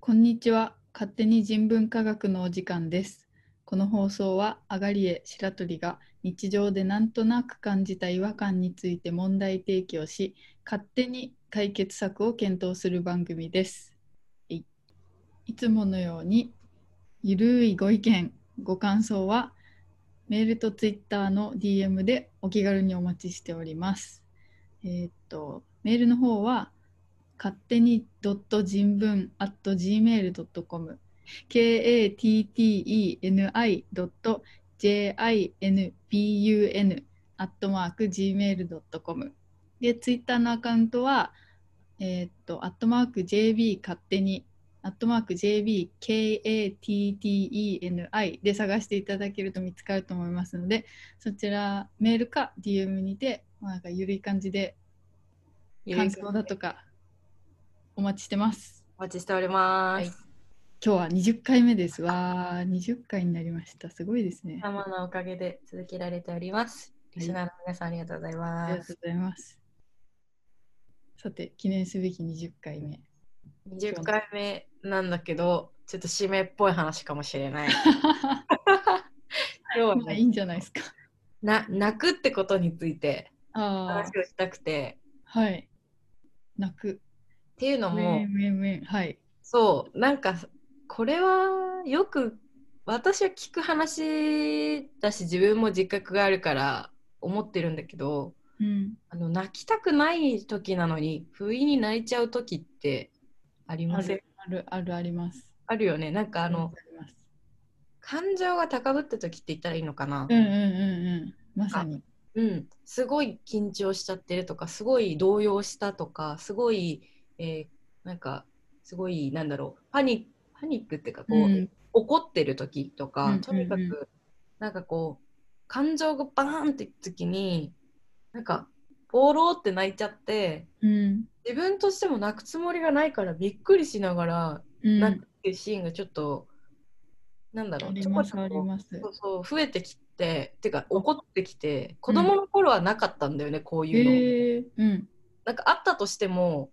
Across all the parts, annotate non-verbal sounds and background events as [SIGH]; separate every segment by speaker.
Speaker 1: こんにちは。勝手に人文科学のお時間です。この放送はアガリエ白鳥が日常でなんとなく感じた違和感について問題提起をし、勝手に解決策を検討する番組です。いいつものようにゆるいご意見、ご感想はメールとツイッターの DM でお気軽にお待ちしております。えーっとメールの方は勝手にドット人文 at gmail.com katteni ドット jinbun アットマーク gmail.com でツイッターのアカウントはえーっとアットマーク jb 勝手にアットマーク jbkatteni で探していただけると見つかると思いますのでそちらメールか DM にてまあなんかゆるい感じで感想だとかお待ちしてます。
Speaker 2: お待ちしております。
Speaker 1: 今日は20回目です。わー、20回になりました。すごいですね。あ
Speaker 2: 様のおかげで続けられております。リスナーの皆さんありがとうござい
Speaker 1: り
Speaker 2: ま
Speaker 1: がと
Speaker 2: す
Speaker 1: う。ございます。さて、記念すべき20回目。
Speaker 2: 20回目なんだけど、ちょっと締めっぽい話かもしれない。 [LAUGHS] 今日
Speaker 1: [LAUGHS]
Speaker 2: は
Speaker 1: まあいい
Speaker 2: ね
Speaker 1: んじゃないですか。
Speaker 2: な泣くってことについて
Speaker 1: ああ
Speaker 2: 話、をしたくて。
Speaker 1: はい。泣く。
Speaker 2: っていうのも、
Speaker 1: めんめんめんはい。
Speaker 2: そう、なんかこれはよく私は聞く話だし、自分も自覚があるから思ってるんだけど、
Speaker 1: うん。
Speaker 2: あの泣きたくない時なのに不意に泣いちゃう時ってあり
Speaker 1: あ
Speaker 2: ません
Speaker 1: るあるあるあります。
Speaker 2: あるよねなんかあの、
Speaker 1: あります
Speaker 2: 感情が高ぶった時って言ったらいいのかな
Speaker 1: うんうんうんうん。まさに。
Speaker 2: うんすごい緊張しちゃってるとかすごい動揺したとかすごい、えーなんかすごいなんだろうパニパニックっていうかこう、
Speaker 1: うん
Speaker 2: 怒ってる時とか、
Speaker 1: うんうんうん
Speaker 2: とにかくなんかこう感情がバーンって時になんかボローって泣いちゃって
Speaker 1: うん。
Speaker 2: 自分としても泣くつもりがないからびっくりしながら
Speaker 1: うん。
Speaker 2: 泣くっていうシーンがちょっと、なんだろ
Speaker 1: あ
Speaker 2: う
Speaker 1: り
Speaker 2: ちょこ
Speaker 1: ま
Speaker 2: ち
Speaker 1: すあ
Speaker 2: ょ
Speaker 1: り
Speaker 2: こ
Speaker 1: ます。
Speaker 2: そうそう増えてきててか怒ってきて子供の頃はなかったんだよね、こういうの、
Speaker 1: えー、うん。
Speaker 2: なんかあったとしても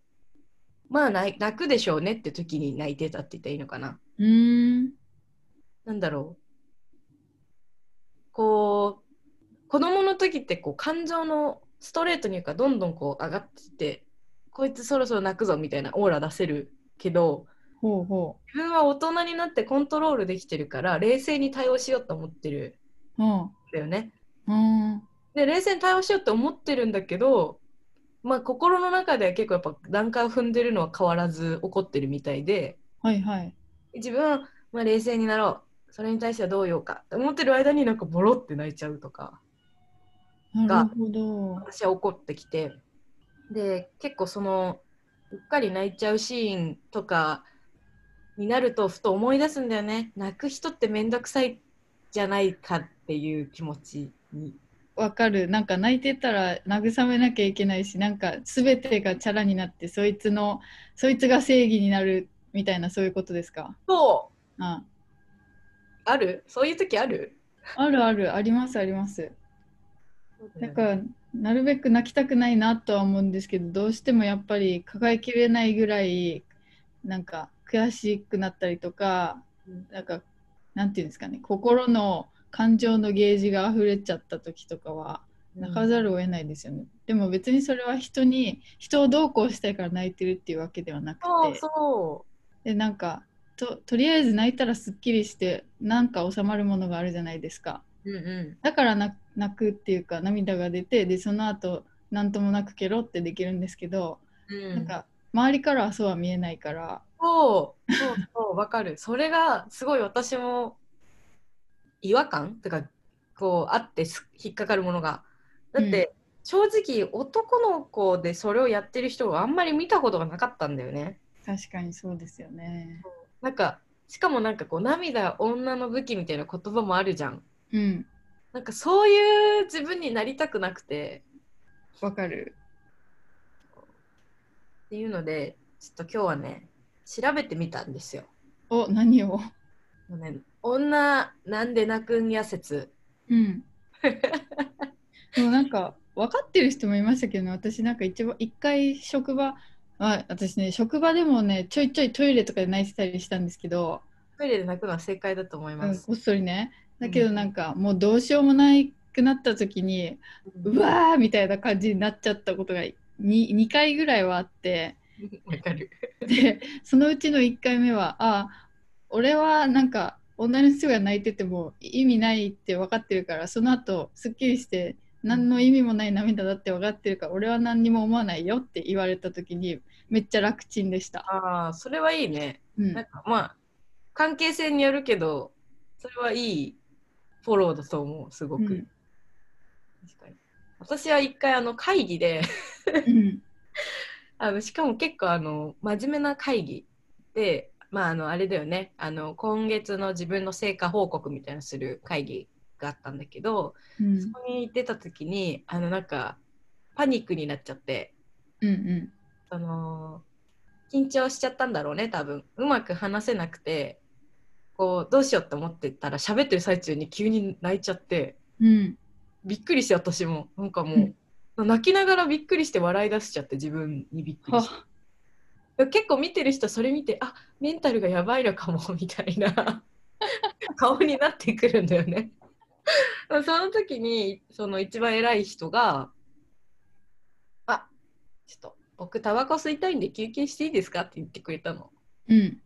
Speaker 2: まあ泣泣くでしょうねって時に泣いてたって言ったらいいのかな
Speaker 1: うーん。
Speaker 2: なんだろうこう子供の時ってこう感情のストレートにいうかどんどんこう上がってきてこいつそろそろ泣くぞみたいなオーラ出せるけど
Speaker 1: ほうほ
Speaker 2: 自分は大人になってコントロールできてるから冷静に対応しようと思ってる
Speaker 1: う。うん。
Speaker 2: んだよね。
Speaker 1: うん。
Speaker 2: で冷静に対応しようって思ってるんだけど、まあ、心の中では結構やっぱ段階を踏んでるのは変わらず怒ってるみたいで
Speaker 1: はいはい。
Speaker 2: 自分はまあ冷静になろうそれに対してはどうようかって思ってる間になんかボロって泣いちゃうとか
Speaker 1: なるほど。
Speaker 2: 私は怒ってきてで結構そのうっかり泣いちゃうシーンとかになるとふと思い出すんだよね泣く人って面倒くさいじゃないかっていう気持ちに
Speaker 1: わかる。なんか泣いてたら慰めなきゃいけないし、なんか全てがチャラになって、そいつの、そいつが正義になるみたいな、そういうことですか。
Speaker 2: そう
Speaker 1: あ
Speaker 2: あるそういう時ある
Speaker 1: あるある、ありますあります。だから、なるべく泣きたくないなとは思うんですけど、どうしてもやっぱり抱えきれないぐらい、なんか悔しくなったりとか
Speaker 2: うん、
Speaker 1: なんか、なんていうんですかね、心の感情のゲージが溢れちゃった時とかは、泣かざるを得ないですよね、でも別にそれは人に人をどうこうしたいから泣いてるっていうわけではなくて
Speaker 2: そうそ
Speaker 1: でなんかととりあえず泣いたらすっきりしてなんか収まるものがあるじゃないですか
Speaker 2: ううんう
Speaker 1: だからな泣くっていうか涙が出てでその後なんともなくケロってできるんですけど、
Speaker 2: んう
Speaker 1: なんか周りからはそうは見えないから
Speaker 2: そうそうそうわかるそれがすごい私も違和感てかこうあってす引っかかるものがだって、正直男の子でそれをやってる人をあんまり見たことがなかったんだよね
Speaker 1: 確かにそうですよね
Speaker 2: なんかしかもなんかこう涙女の武器みたいな言葉もあるじゃん
Speaker 1: うん
Speaker 2: なんかそういう自分になりたくなくて
Speaker 1: わかる
Speaker 2: っていうのでちょっと今日はね調べてみたんですよ
Speaker 1: お何を
Speaker 2: もうね女なんで泣くんや説 [LAUGHS]
Speaker 1: うん。でもなんか分かってる人もいましたけどね私なんか一番一回職場まあ私ね職場でもねちょいちょいトイレとかで泣いてたりしたんですけど、
Speaker 2: トイレで泣くのは正解だと思い
Speaker 1: うん
Speaker 2: ます。
Speaker 1: こっそりねだけど
Speaker 2: うん
Speaker 1: なんか、もうどうしようもないくなった時に
Speaker 2: うん
Speaker 1: うわーみたいな感じになっちゃったことが 2, 2回ぐらいはあって
Speaker 2: わかる。
Speaker 1: でそのうちの1回目はあ俺はなんか女の人が泣いてても意味ないって分かってるからその後すっきりして何の意味もない涙だって分かってるから俺は何にも思わないよって言われた時にめっちゃ楽ちんでした。
Speaker 2: ああ、それはいいね。
Speaker 1: うん
Speaker 2: なんかまあ、関係性によるけど、それはいいフォローだと思う、すごく。
Speaker 1: うん
Speaker 2: 確かに。私は一回あの会議で [LAUGHS]
Speaker 1: うん
Speaker 2: あの、しかも結構あの真面目な会議で、まあ、あのあれだよねあの、今月の自分の成果報告みたいなのする会議があったんだけど、
Speaker 1: うん
Speaker 2: そこに出た時に、あのなんかパニックになっちゃって。
Speaker 1: うんうん
Speaker 2: その緊張しちゃったんだろうね多分うまく話せなくてこうどうしようって思ってたら喋ってる最中に急に泣いちゃって
Speaker 1: うん
Speaker 2: びっくりして私もなんかもう、泣きながらびっくりして笑い出しちゃって自分にびっくりして
Speaker 1: は
Speaker 2: 結構見てる人それ見てあメンタルがやばいのかも [LAUGHS] みたいな顔になってくるんだよね [LAUGHS] その時にその一番偉い人が「あちょっと僕タバコ吸いたいんで休憩していいですか?」って言ってくれたの。
Speaker 1: うん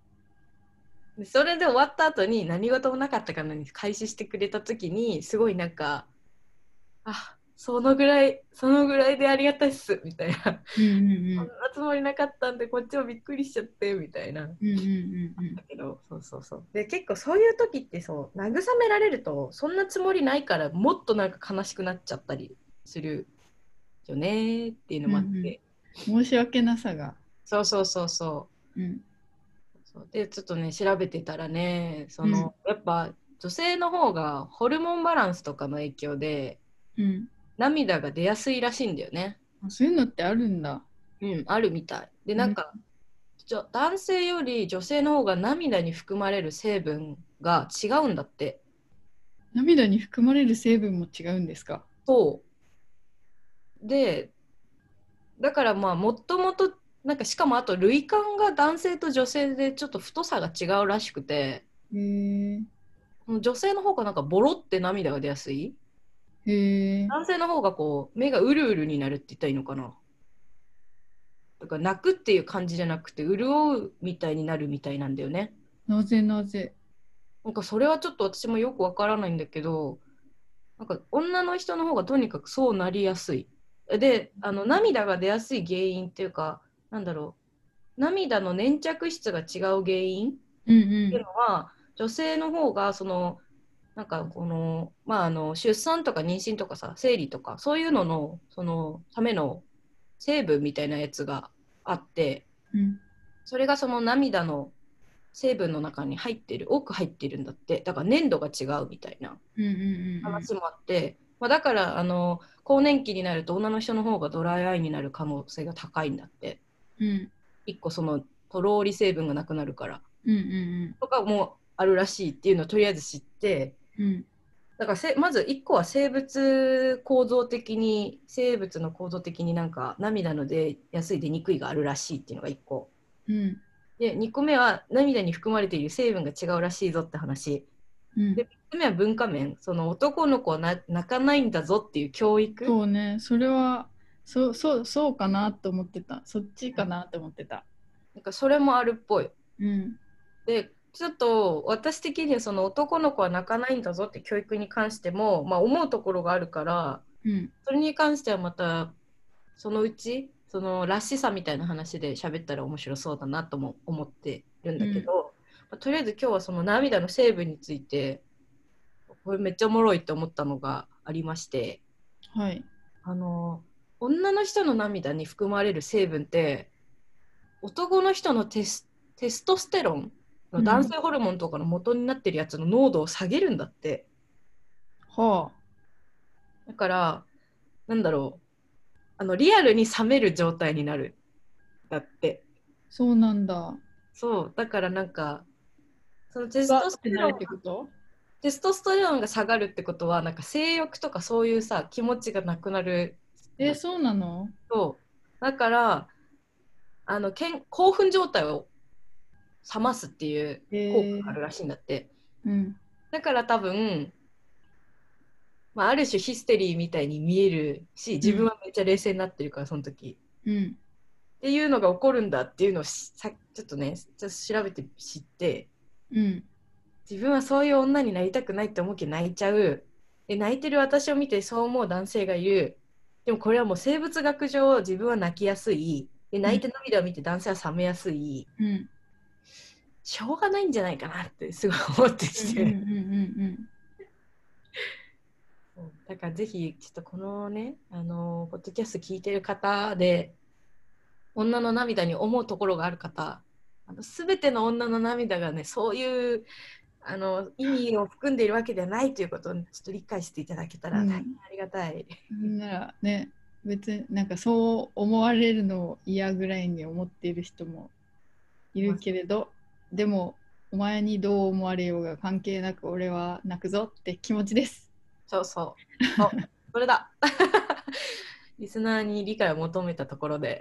Speaker 2: でそれで終わった後に何事もなかったかのように開始してくれた時にすごいなんか「あそのぐらいそのぐらいでありがたいっす」みたいな [LAUGHS]
Speaker 1: うんうんう
Speaker 2: 「そん
Speaker 1: ん
Speaker 2: なつもりなかったんでこっちもびっくりしちゃって」みたいな。
Speaker 1: うんうんうん
Speaker 2: だけどそうそうそうで結構そういう時ってそう慰められるとそんなつもりないからもっとなんか悲しくなっちゃったりするよねーっていうのもあって、
Speaker 1: うんうん申し訳なさが。
Speaker 2: そうそうそうそう
Speaker 1: うん
Speaker 2: そうでちょっとね調べてたらねその、やっぱ女性の方がホルモンバランスとかの影響で
Speaker 1: うん、
Speaker 2: 涙が出やすいらしいんだよね。
Speaker 1: あそういうのってあるんだ。
Speaker 2: うん、あるみたい。でなんか、ちょ男性より女性の方が涙に含まれる成分が違うんだって。
Speaker 1: 涙に含まれる成分も違うんですか。
Speaker 2: そうでだからまあもともとなんかしかもあと類感が男性と女性でちょっと太さが違うらしくて
Speaker 1: へえ。
Speaker 2: 女性の方がなんかボロって涙が出やすい
Speaker 1: へえ。
Speaker 2: 男性の方がこう目がうるうるになるって言ったらいいのかなだから泣くっていう感じじゃなくて潤うみたいになるみたいなんだよね
Speaker 1: なぜなぜ。
Speaker 2: なんかそれはちょっと私もよくわからないんだけどなんか女の人の方がとにかくそうなりやすいであの涙が出やすい原因っていうかなんだろう涙の粘着質が違う原因
Speaker 1: うん
Speaker 2: っていうのは女性の方がそのなんかこの,、まあ、あの出産とか妊娠とかさ生理とかそういうののそのための成分みたいなやつがあって
Speaker 1: うん。うん。
Speaker 2: それがその涙の成分の中に入ってる多く入ってるんだってだから粘度が違うみたいな
Speaker 1: うんうんうんうん。
Speaker 2: 話もあって、まあ、だからあの更年期になると女の人の方がドライアイになる可能性が高いんだって
Speaker 1: うん。
Speaker 2: 1個そのとろーり成分がなくなるから
Speaker 1: うんうん
Speaker 2: とかもあるらしいっていうのをとりあえず知って
Speaker 1: うん。うん。
Speaker 2: だからせまず1個は生物構造的に生物の構造的になんか涙の出やすい出にくいがあるらしいっていうのが1個
Speaker 1: うん。
Speaker 2: で2個目は涙に含まれている成分が違うらしいぞって話
Speaker 1: うん。
Speaker 2: で3つ目は文化面その男の子はな泣かないんだぞっていう教育
Speaker 1: そうね、それは。そう、そう、そうかなと思ってた。そっちかなと思ってた。
Speaker 2: なんかそれもあるっぽい
Speaker 1: うん。
Speaker 2: でちょっと私的にはその男の子は泣かないんだぞって教育に関しても、まあ、思うところがあるから
Speaker 1: うん。
Speaker 2: それに関してはまたそのうちそのらしさみたいな話で喋ったら面白そうだなとも思ってるんだけど、まあとりあえず今日はその涙の成分についてこれめっちゃおもろいと思ったのがありまして
Speaker 1: はい。
Speaker 2: あの女の人の涙に含まれる成分って男の人のテステストステロンの男性ホルモンとかの元になってるやつの濃度を下げるんだって。
Speaker 1: は
Speaker 2: だから、なんだろう、あのリアルに冷める状態になる。だって。
Speaker 1: あ。そうなんだ。
Speaker 2: そう、だからなんか、そのテス
Speaker 1: わ
Speaker 2: ト
Speaker 1: っ
Speaker 2: ス
Speaker 1: て
Speaker 2: テ
Speaker 1: な
Speaker 2: ロ
Speaker 1: る
Speaker 2: ン
Speaker 1: ってこと。
Speaker 2: テストステロンが下がるってことは、なんか性欲とかそういうさ、気持ちがなくなる
Speaker 1: え、そうなの。
Speaker 2: と、だから、あのけん興奮状態を冷ますっていう効果があるらしいんだって、
Speaker 1: うん
Speaker 2: だから多分、まあ、ある種ヒステリーみたいに見えるし自分はめっちゃ冷静になってるからその時、
Speaker 1: うん
Speaker 2: っていうのが起こるんだっていうのをしさちょっとねちょっと調べて知って
Speaker 1: うん
Speaker 2: 自分はそういう女になりたくないって思うけど泣いちゃうで泣いてる私を見てそう思う男性がいるでもこれはもう生物学上自分は泣きやすいで泣いて涙を見て男性は冷めやすい、
Speaker 1: うん
Speaker 2: しょうがないんじゃないかなってすごい思ってきて、
Speaker 1: うんうん
Speaker 2: そうだからぜひちょっとこのねあのーポッドキャスト聞いてる方で女の涙に思うところがある方あの全ての女の涙がねそういうあの意味を含んでいるわけではないということをねちょっと理解していただけたら
Speaker 1: うん
Speaker 2: 大変ありがたい、
Speaker 1: うんならね別になんかそう思われるのを嫌ぐらいに思っている人もいるけれどでもお前にどう思われようが関係なく俺は泣くぞって気持ちです。
Speaker 2: そうそ
Speaker 1: [LAUGHS]
Speaker 2: うそうそれだ [LAUGHS] リスナーに理解を求めたとこ
Speaker 1: [LAUGHS]
Speaker 2: ろで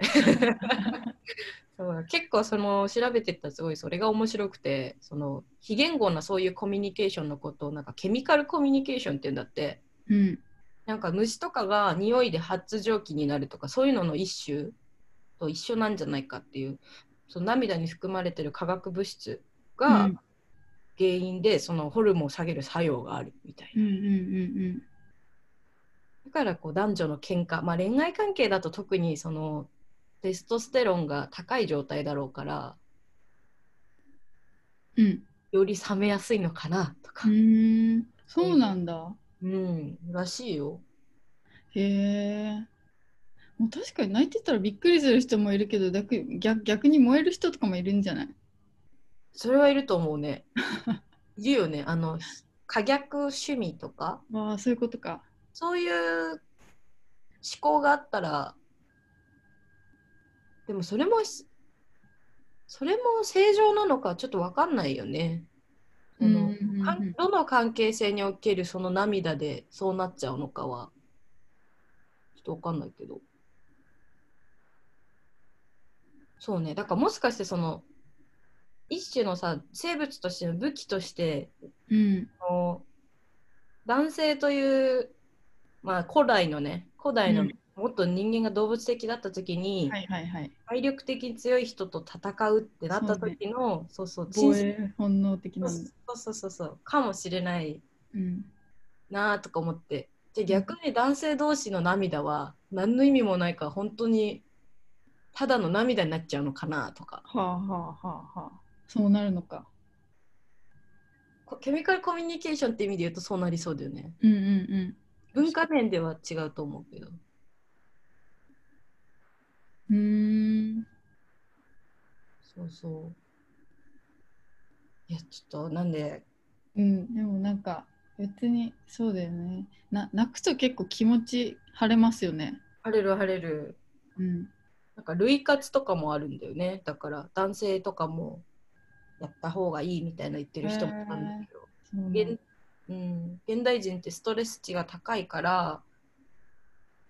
Speaker 2: そう結構その調べてったらすごいそれが面白くてその非言語なそういうコミュニケーションのことをなんかケミカルコミュニケーションって言うんだって
Speaker 1: うん
Speaker 2: なんか虫とかが匂いで発情期になるとかそういうのの一種と一緒なんじゃないかっていうその涙に含まれてる化学物質
Speaker 1: う
Speaker 2: が
Speaker 1: ん
Speaker 2: 原因でそのホルモンを下げる作用があるみたいな
Speaker 1: うんうんうん
Speaker 2: だからこう男女の喧嘩、まあ恋愛関係だと特にそのテストステロンが高い状態だろうから
Speaker 1: うんうん
Speaker 2: より冷めやすいのかなとか
Speaker 1: う、ーんそうなんだ。
Speaker 2: うん、らしいよ。
Speaker 1: へえ。もう確かに泣いてたらびっくりする人もいるけど逆逆逆に燃える人とかもいるんじゃない
Speaker 2: それはいると思うね。いるよね。あの可逆趣味とか
Speaker 1: ああそういうことか。
Speaker 2: そういう思考があったらでもそれもしそれも正常なのかちょっとわかんないよね。その
Speaker 1: うんうん
Speaker 2: か
Speaker 1: うんん
Speaker 2: どの関係性におけるその涙でそうなっちゃうのかはちょっとわかんないけどそうねだからもしかしてその一種のさ生物としての武器として
Speaker 1: うん
Speaker 2: その男性という、まあ、古代のね古代の、
Speaker 1: うん
Speaker 2: もっと人間が動物的だった時に、
Speaker 1: はいはいはい。
Speaker 2: 体力的に強い人と戦うってなった時のそう,、そう
Speaker 1: 防
Speaker 2: 人
Speaker 1: 衛本能的なの。
Speaker 2: そうそうそうそうかもしれない
Speaker 1: うん。
Speaker 2: なあとか思ってで逆に男性同士の涙は何の意味もないから本当にただの涙になっちゃうのかなとか
Speaker 1: はあはあはあはあ。そうなるのか。
Speaker 2: こケミカルコミュニケーションって意味で言うとそうなりそうだよね
Speaker 1: うんうん
Speaker 2: 文化面では違うと思うけど
Speaker 1: うん。うーん。
Speaker 2: そうそういやちょっとなんで
Speaker 1: うん。でもなんか別にそうだよね。な泣くと結構気持ち晴れますよね。
Speaker 2: 晴れる晴れる
Speaker 1: うん。
Speaker 2: なんか類活とかもあるんだよねだから男性とかもやった方がいいみたいな言ってる人もいたんだけど、
Speaker 1: そうなん
Speaker 2: 現うん、現代人ってストレス値が高いから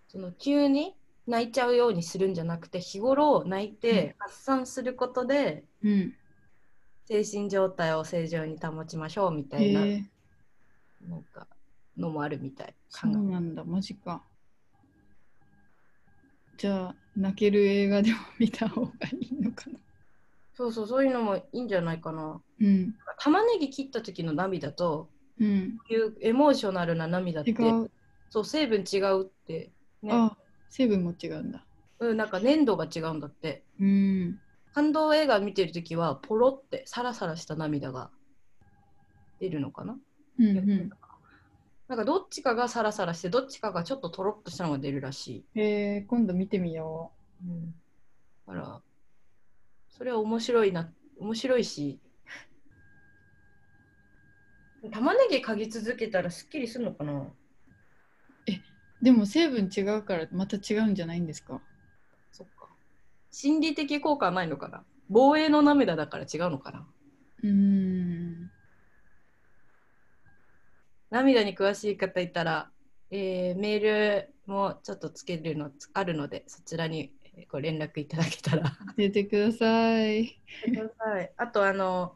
Speaker 2: その急に泣いちゃうようにするんじゃなくて日頃泣いて発散することで
Speaker 1: うん。
Speaker 2: 精神状態を正常に保ちましょうみた
Speaker 1: へ
Speaker 2: いな,、
Speaker 1: え。
Speaker 2: なんかのもあるみたい
Speaker 1: そうなんだ。マジか。じゃあ泣ける映画でも見た方がいいのかな。
Speaker 2: そうそうそういうのもいいんじゃないかな
Speaker 1: うん。
Speaker 2: 玉ねぎ切った時の涙と
Speaker 1: うん。
Speaker 2: こういうエモーショナルな涙って
Speaker 1: 違う。
Speaker 2: そう成分違うって、ね
Speaker 1: あ、成分も違うんだ。
Speaker 2: うん、なんか粘度が違うんだって
Speaker 1: うん。
Speaker 2: 感動映画見てるときはポロってサラサラした涙が出るのかな、
Speaker 1: うんうん。
Speaker 2: なんかどっちかがサラサラしてどっちかがちょっととろっとしたのが出るらしい、
Speaker 1: えー、今度見てみよ
Speaker 2: うん、だからそれは面白いな面白いし玉ねぎ嗅ぎ続けたらすっきりするのかな
Speaker 1: う。でも成分違うからまた違うんじゃないんですか
Speaker 2: そっか心理的効果はないのかな防衛の涙だから違うのかな
Speaker 1: うーん。
Speaker 2: 涙に詳しい方いたら、えーメールもちょっとつけるのあるのでそちらにご連絡いただけたら。
Speaker 1: 教えてください。
Speaker 2: はい、 [LAUGHS] あとあの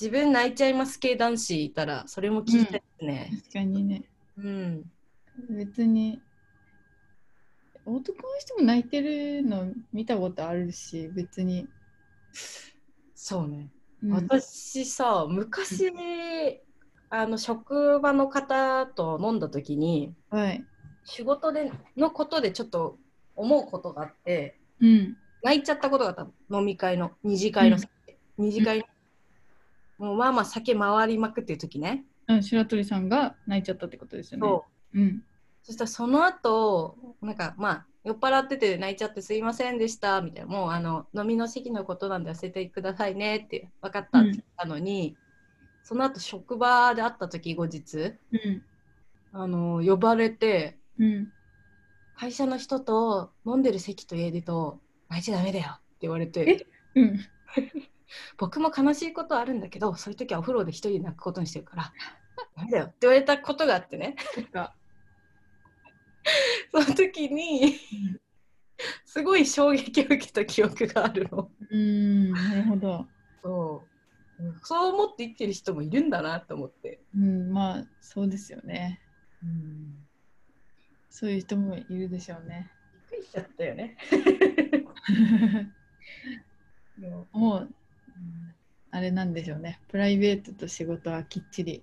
Speaker 2: 自分泣いちゃいます系男子いたらそれも聞いたいですね。
Speaker 1: 確かにね。
Speaker 2: うん、
Speaker 1: 別に男の人も泣いてるの見たことあるし別に、
Speaker 2: そう
Speaker 1: う
Speaker 2: ね。
Speaker 1: ん
Speaker 2: 私さ昔、あの職場の方と飲んだ時に
Speaker 1: はい
Speaker 2: 仕事でのことでちょっと思うことがあって
Speaker 1: うん
Speaker 2: 泣いちゃったことがあったの飲み会の二次会の、二次会の、もうまあまあ酒回りまくってる時ね。
Speaker 1: うん白鳥さんが泣いちゃったってことですよね。
Speaker 2: そう
Speaker 1: ううん
Speaker 2: そしたらその後なんかまあ酔っ払ってて泣いちゃってすいませんでしたみたいなもうあの飲みの席のことなんで忘れてくださいねって分かったって言ったのに、その後職場で会った時後日
Speaker 1: うん
Speaker 2: あの呼ばれて
Speaker 1: うん
Speaker 2: 会社の人と飲んでる席と家でと泣いちゃダメだよって言われ
Speaker 1: え
Speaker 2: て
Speaker 1: うん
Speaker 2: 僕も悲しいことあるんだけどそういう時はお風呂で一人で泣くことにしてるから [LAUGHS] ダメだよって言われたことがあってね [LAUGHS]
Speaker 1: そっか
Speaker 2: その時にすごい衝撃を受けた記憶があるの。
Speaker 1: うんなるほど。
Speaker 2: そううんそう思って生きてる人もいるんだなと思って。
Speaker 1: うんまあそうですよね。そういう人もいるでしょうね。 [LAUGHS]
Speaker 2: びっくりしちゃったよね。も
Speaker 1: もうあれなんでしょうね。プライベートと仕事はきっちり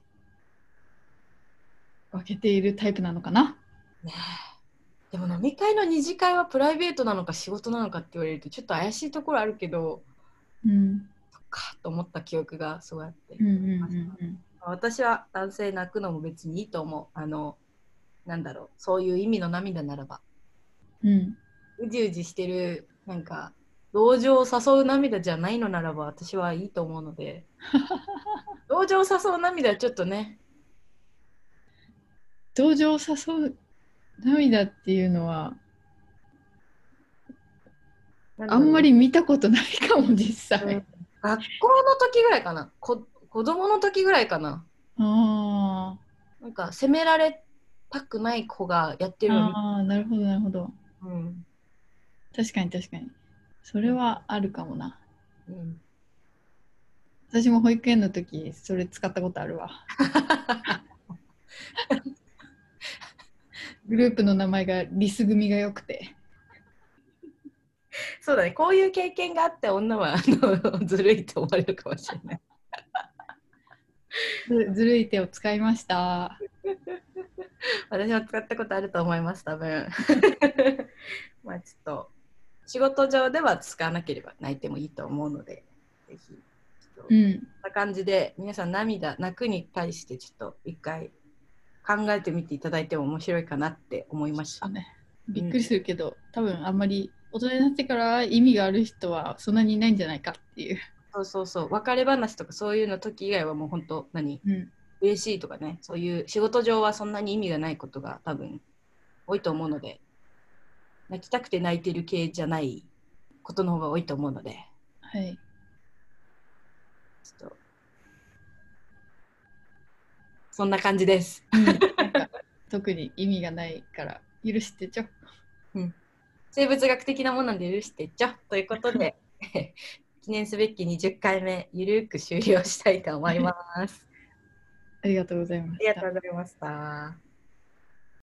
Speaker 1: 分けているタイプなのかな。
Speaker 2: うねえでも飲み会の二次会はプライベートなのか仕事なのかって言われるとちょっと怪しいところあるけど
Speaker 1: うん
Speaker 2: そっかと思った記憶がすごいあって、
Speaker 1: うんうんうんうん。
Speaker 2: 私は男性泣くのも別にいいと思うあのなんだろうそういう意味の涙ならば
Speaker 1: うん
Speaker 2: うじうじしてるなんか同情を誘う涙じゃないのならば私はいいと思う
Speaker 1: [LAUGHS]
Speaker 2: ので同情を誘う涙はちょっとね
Speaker 1: 同情を誘う涙っていうのはあんまり見たことないかも実際、
Speaker 2: うん学校の時ぐらいかなこ子供の時ぐらいかな
Speaker 1: あ
Speaker 2: なんか責められたくない子がやって
Speaker 1: ー
Speaker 2: るのに、
Speaker 1: あーなるほどなるほど
Speaker 2: うん
Speaker 1: 確かに確かにそれはあるかもな
Speaker 2: うん、
Speaker 1: 私も保育園の時それ使ったことあるわグループの名前がリス組が良くて
Speaker 2: そうだねこういう経験があって女はあの [LAUGHS] ずるいと思われるかもしれない
Speaker 1: ずずるい手を使いました
Speaker 2: 私は使ったことあると思います多分
Speaker 1: [LAUGHS]
Speaker 2: まあちょっと仕事上では使わなければ泣いてもいいと思うのでぜひちょっとこ
Speaker 1: うんん
Speaker 2: な感じで皆さん涙泣くに対してちょっと一回考えてみていただいても面白いかなって思いまし
Speaker 1: そ
Speaker 2: た
Speaker 1: うねびっくりするけど、多分あんまり大人になってから意味がある人はそんなにいないんじゃないかっていう、
Speaker 2: そうそうそう別れ話とかそういうの時以外はもう本当何
Speaker 1: うん、
Speaker 2: 嬉しいとかねそういう仕事上はそんなに意味がないことが多分多いと思うので泣きたくて泣いてる系じゃないことの方が多いと思うので
Speaker 1: はい
Speaker 2: ちょっとそんな感じです。
Speaker 1: なんか特に意味がないから許してちょ
Speaker 2: 生物学的なものなんで許してちょということで [LAUGHS] 記念すべき20回目ゆるく終了したいと思います。
Speaker 1: ありがとうございま
Speaker 2: あ
Speaker 1: し
Speaker 2: りが
Speaker 1: た
Speaker 2: とうございました。